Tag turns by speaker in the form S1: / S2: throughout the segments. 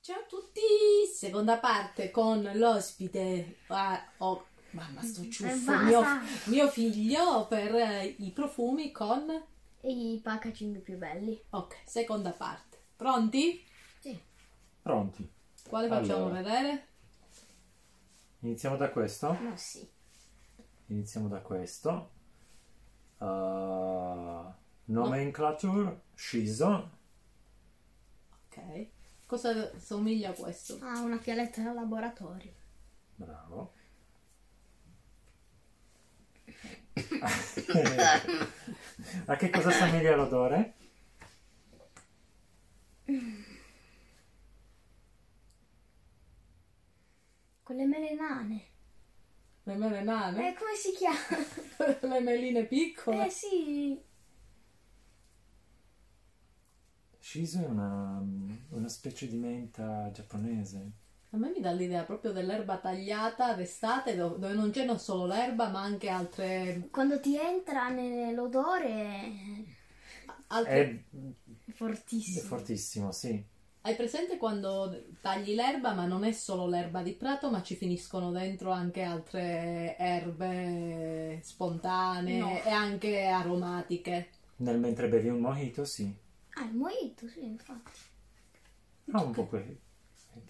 S1: Ciao a tutti, seconda parte con l'ospite. ah, oh, mamma, sto ciuffo.
S2: Eh, Basta.
S1: Mio, mio figlio per eh, i profumi con.
S2: E i packaging più belli.
S1: Ok, seconda parte. Pronti?
S2: Sì.
S3: Pronti,
S1: Quale facciamo
S3: Allora.
S1: vedere?
S3: iniziamo da questo.
S2: Ma sì.
S3: Iniziamo da questo. Uh, nomenclature, sciso.
S1: Ok. Cosa somiglia a questo?
S2: Ha una fialetta da laboratorio.
S3: Bravo. a che cosa somiglia l'odore?
S2: Con le mele nane.
S1: Le mele nane?
S2: Eh, come si chiama?
S1: Le meline
S2: Eh
S1: piccole?
S2: sì.
S3: Shiso è una, una specie di menta giapponese.
S1: A me mi dà l'idea proprio dell'erba tagliata d'estate do- dove non c'è non solo l'erba ma anche altre.
S2: Quando ti entra nell'odore eh,
S1: altre...
S3: È,
S2: è
S3: è
S2: fortissimo.
S3: fortissimo, sì.
S1: Hai presente quando tagli l'erba, ma non è solo l'erba di prato, ma ci finiscono dentro anche altre erbe spontanee
S2: No.
S1: e anche aromatiche?
S3: Nel mentre bevi un mojito, sì.
S2: ah, il mojito, sì, infatti.
S3: Ha un po' quel...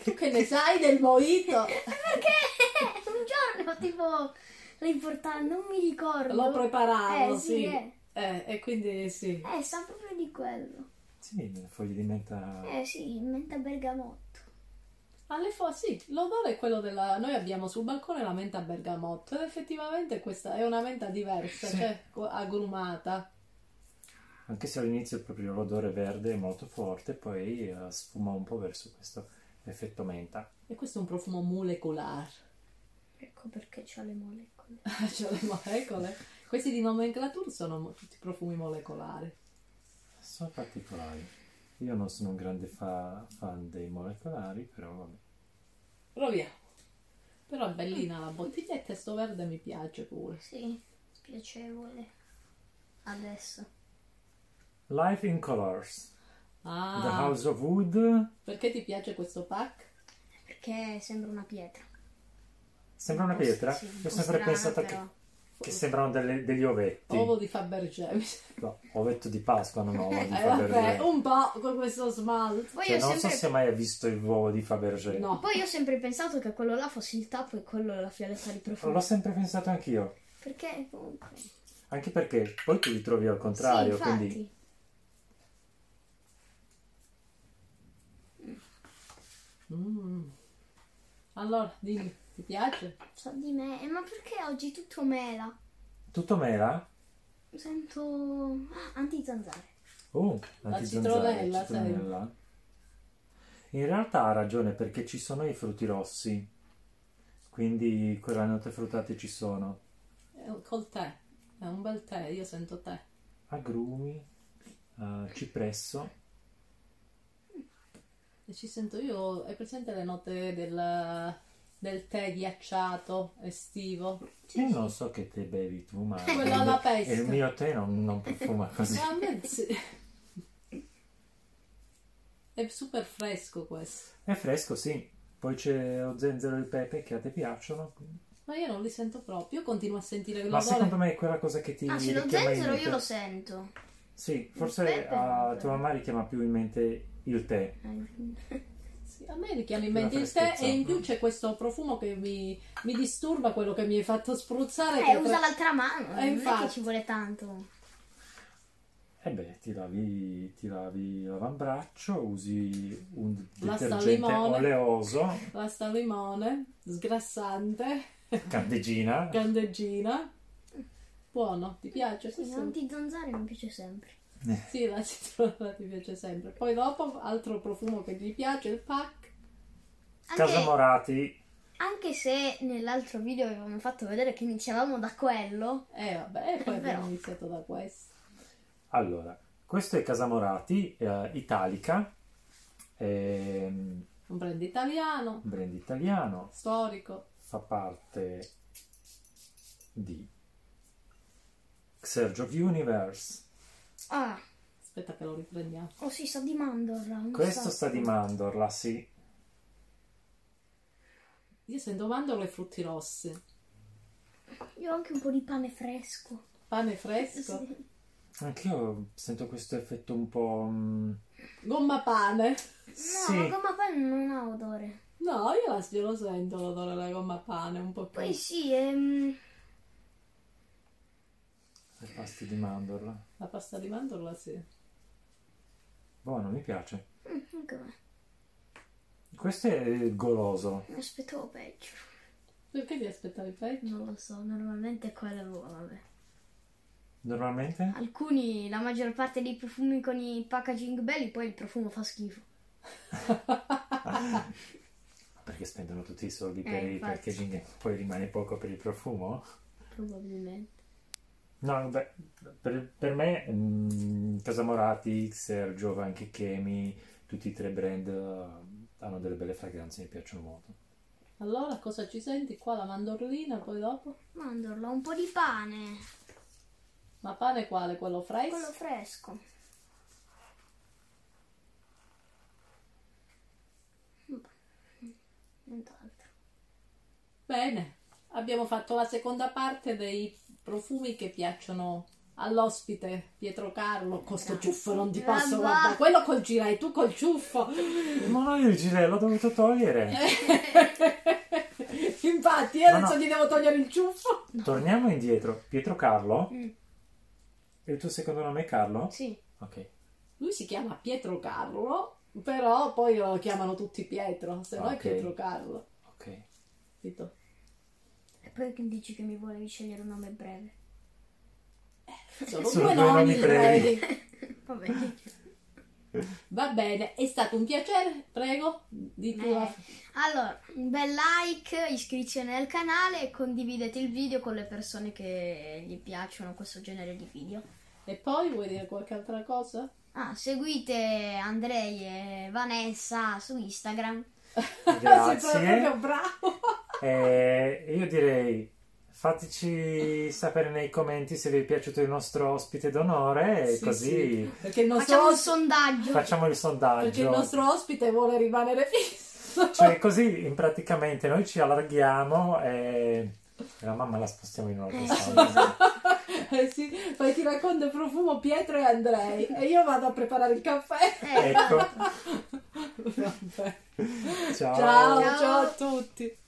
S1: Tu che ne sai del mojito?
S2: Perché un giorno tipo riportavo, non mi ricordo.
S1: L'ho preparato,
S2: Eh sì,
S1: sì.
S2: eh.
S1: Eh, e quindi sì.
S2: Eh, sa proprio di quello.
S3: Sì, le foglie di menta...
S2: Eh sì, menta bergamotto.
S1: Alle fo- sì, l'odore è quello della... Noi abbiamo sul balcone la menta bergamotto ed effettivamente questa è una menta diversa,
S3: Sì.
S1: cioè co- agrumata.
S3: Anche se all'inizio proprio l'odore verde è molto forte, poi eh, sfuma un po' verso questo effetto menta.
S1: E questo è un profumo molecolare.
S2: Ecco perché c'ho le molecole.
S1: cioè le molecole. Questi di nomenclatura sono mo- tutti profumi molecolari.
S3: Sono particolari. Io non sono un grande fa- fan dei molecolari, però vabbè.
S1: Proviamo. Però è bellina la bottiglietta e sto verde mi piace pure.
S2: Sì, piacevole. Adesso.
S3: Life in Colors, The
S1: Ah,
S3: House of Wood.
S1: perché ti piace questo pack?
S2: Perché sembra una pietra.
S3: Sembra una
S2: Un po'
S3: pietra.
S2: sì, un
S3: Io
S2: po'
S3: ho sempre
S2: strana,
S3: pensato
S2: però.
S3: che, che sembrano delle- degli ovetti.
S1: Ovo di Fabergé. mi sa.
S3: No, ovetto di Pasqua, non ovo di
S1: Eh, vabbè,
S3: Fabergé.
S1: un po' con questo smalto.
S2: Poi,
S3: Cioè,
S2: ho
S3: non
S2: sempre...
S3: so se mai hai visto il uovo di Fabergé.
S1: No,
S2: Poi io ho sempre pensato che quello là fosse il tappo e quello la fialetta di profumo.
S3: L'ho sempre pensato anch'io.
S2: Perché comunque...
S3: Anche perché poi ti ritrovi al contrario,
S2: sì, infatti.
S3: quindi...
S1: Mm. Allora, dimmi, ti piace?
S2: So di me. Eh, ma perché oggi tutto mela?
S3: Tutto mela?
S2: Sento... Ah, antizanzare.
S3: Oh,
S1: La
S3: antizanzare,
S1: citronella, sai.
S3: citronella. In realtà ha ragione perché ci sono i frutti rossi. Quindi note fruttate ci sono.
S1: Eh, Col tè. È un bel tè, io sento tè.
S3: Agrumi, eh, cipresso.
S1: E ci sento io, hai presente le note del, del tè ghiacciato estivo?
S2: Sì,
S3: io
S2: sì.
S3: non so che te bevi tu, ma
S1: Quello
S3: il-
S1: alla pesca.
S3: il mio tè non, non profuma così.
S1: Ah, beh, sì. È super fresco questo.
S3: È fresco, sì. Poi c'è lo zenzero e il pepe che a te piacciono.
S1: Ma io non li sento proprio, io continuo a sentire
S3: Ma
S1: l'odore.
S3: secondo me è quella cosa che ti
S2: Ah, sì, lo
S3: richiama in
S2: zenzero io
S3: mente.
S2: lo sento.
S3: Sì,
S2: pepe
S3: forse
S2: è
S3: a
S2: bello.
S3: tua mamma richiama più in mente il tè.
S2: Eh,
S1: Sì, a me richiama in
S3: Quella
S1: mente il tè
S3: freschezza.
S1: e in più c'è questo profumo che mi, mi disturba quello che mi hai fatto spruzzare. che
S2: Eh, usa l'altra mano.
S1: Eh,
S2: non è
S1: infatti.
S2: che ci vuole tanto.
S3: E Eh beh, ti lavi, ti lavi l'avambraccio, usi un
S1: Basta
S3: detergente
S1: limone.
S3: oleoso,
S1: Basta al limone, sgrassante,
S3: candeggina,
S1: candeggina. Buono, ti piace?
S2: Sì, l'antizanzare mi piace sempre.
S1: Sì, la citronella ti piace sempre. Poi dopo, altro profumo che gli piace, il pack.
S2: Anche,
S3: casamorati.
S2: anche se nell'altro video avevamo fatto vedere che iniziavamo da quello,
S1: E vabbè, e poi
S2: Eh, però.
S1: abbiamo iniziato da questo.
S3: Allora, questo è casamorati, eh, italica, ehm,
S1: Un brand italiano,
S3: un brand italiano,
S1: storico.
S3: fa parte di Xergio Universe.
S2: Ah,
S1: Aspetta che lo riprendiamo.
S2: oh sì, sa di mandorla. un
S3: Questo
S2: sacco.
S3: sta di mandorla, sì.
S1: Io sento mandorle e frutti rossi.
S2: Io ho anche un po' di pane fresco.
S1: Pane fresco.
S2: Sì.
S3: Anch'io sento questo effetto un po'... mm,
S1: Gomma pane.
S2: No, la gomma pane non ha odore.
S1: No, io la, io lo sento l'odore della gomma pane un po' più.
S2: Poi sì, ehm,
S3: le paste di mandorla.
S1: La pasta di mandorla sì.
S3: Buono, Boh, mi piace.
S2: mm, anche a me.
S3: Questo è eh, goloso.
S2: Mi aspettavo peggio.
S1: Perché ti aspettavi peggio?
S2: Non lo so, normalmente è quello, vabbè.
S3: Normalmente?
S2: Alcuni, la maggior parte dei profumi con i packaging belli, poi il profumo fa schifo.
S3: Perché spendono tutti i soldi per
S2: Eh,
S3: i
S2: infatti.
S3: packaging e poi rimane poco per il profumo?
S2: Probabilmente.
S3: No, beh, per, per me mm, Casamorati, Sergio, anche Chemi, tutti e tre brand eh, hanno delle belle fragranze, mi piacciono molto.
S1: Allora cosa ci senti? Qua la mandorlina, poi dopo?
S2: Mandorla, un po' di pane.
S1: Ma pane quale? Quello fresco?
S2: Quello fresco. Vabbè, Mm, Nient'altro.
S1: Bene, abbiamo fatto la seconda parte dei profumi che piacciono all'ospite Pietro Carlo. Con sto ciuffo non ti posso,
S2: Vabbè.
S1: guarda, quello col girai, tu col ciuffo.
S3: Ma no, il girello l'ho dovuto
S2: Eh.
S3: togliere.
S1: Infatti, io
S3: No,
S1: adesso
S3: no.
S1: ti devo togliere il ciuffo.
S3: Torniamo indietro. Pietro Carlo?
S2: Mm.
S3: E il tuo secondo nome è Carlo?
S2: Sì.
S3: Ok.
S1: Lui si chiama Pietro Carlo, però poi lo chiamano tutti Pietro, se no
S3: Ok.
S1: è Pietro Carlo.
S3: Ok.
S1: Capito?
S2: E poi che dici che mi volevi scegliere un nome breve?
S1: Sono,
S3: Sono
S1: due
S3: due
S1: nomi,
S3: nomi brevi.
S1: brevi.
S2: Vabbè.
S1: Va bene, è stato un piacere, prego, di tua...
S2: Eh, allora, un bel like, iscrizione al canale e condividete il video con le persone che gli piacciono questo genere di video.
S1: E poi vuoi dire qualche altra cosa?
S2: Ah, seguite Andrei e Vanessa su Instagram.
S1: Sei
S3: Grazie. Eh.
S1: proprio bravo.
S3: E io direi fateci sapere nei commenti se vi è piaciuto il nostro ospite d'onore e
S1: Sì,
S3: così
S1: sì, Perché il nostro,
S2: Facciamo un
S1: os-
S2: sondaggio.
S3: facciamo il
S1: perché il
S3: sondaggio.
S1: nostro ospite vuole rimanere fisso.
S3: Cioè così in praticamente noi ci allarghiamo e e la mamma la spostiamo in un'altra
S2: Eh,
S3: stanza.
S1: Eh sì, poi ti racconto il profumo Pietro e Andrei e io vado a preparare il caffè.
S2: Eh,
S3: Ecco,
S1: Vabbè. Ciao,
S3: ciao.
S2: Ciao.
S1: ciao a tutti.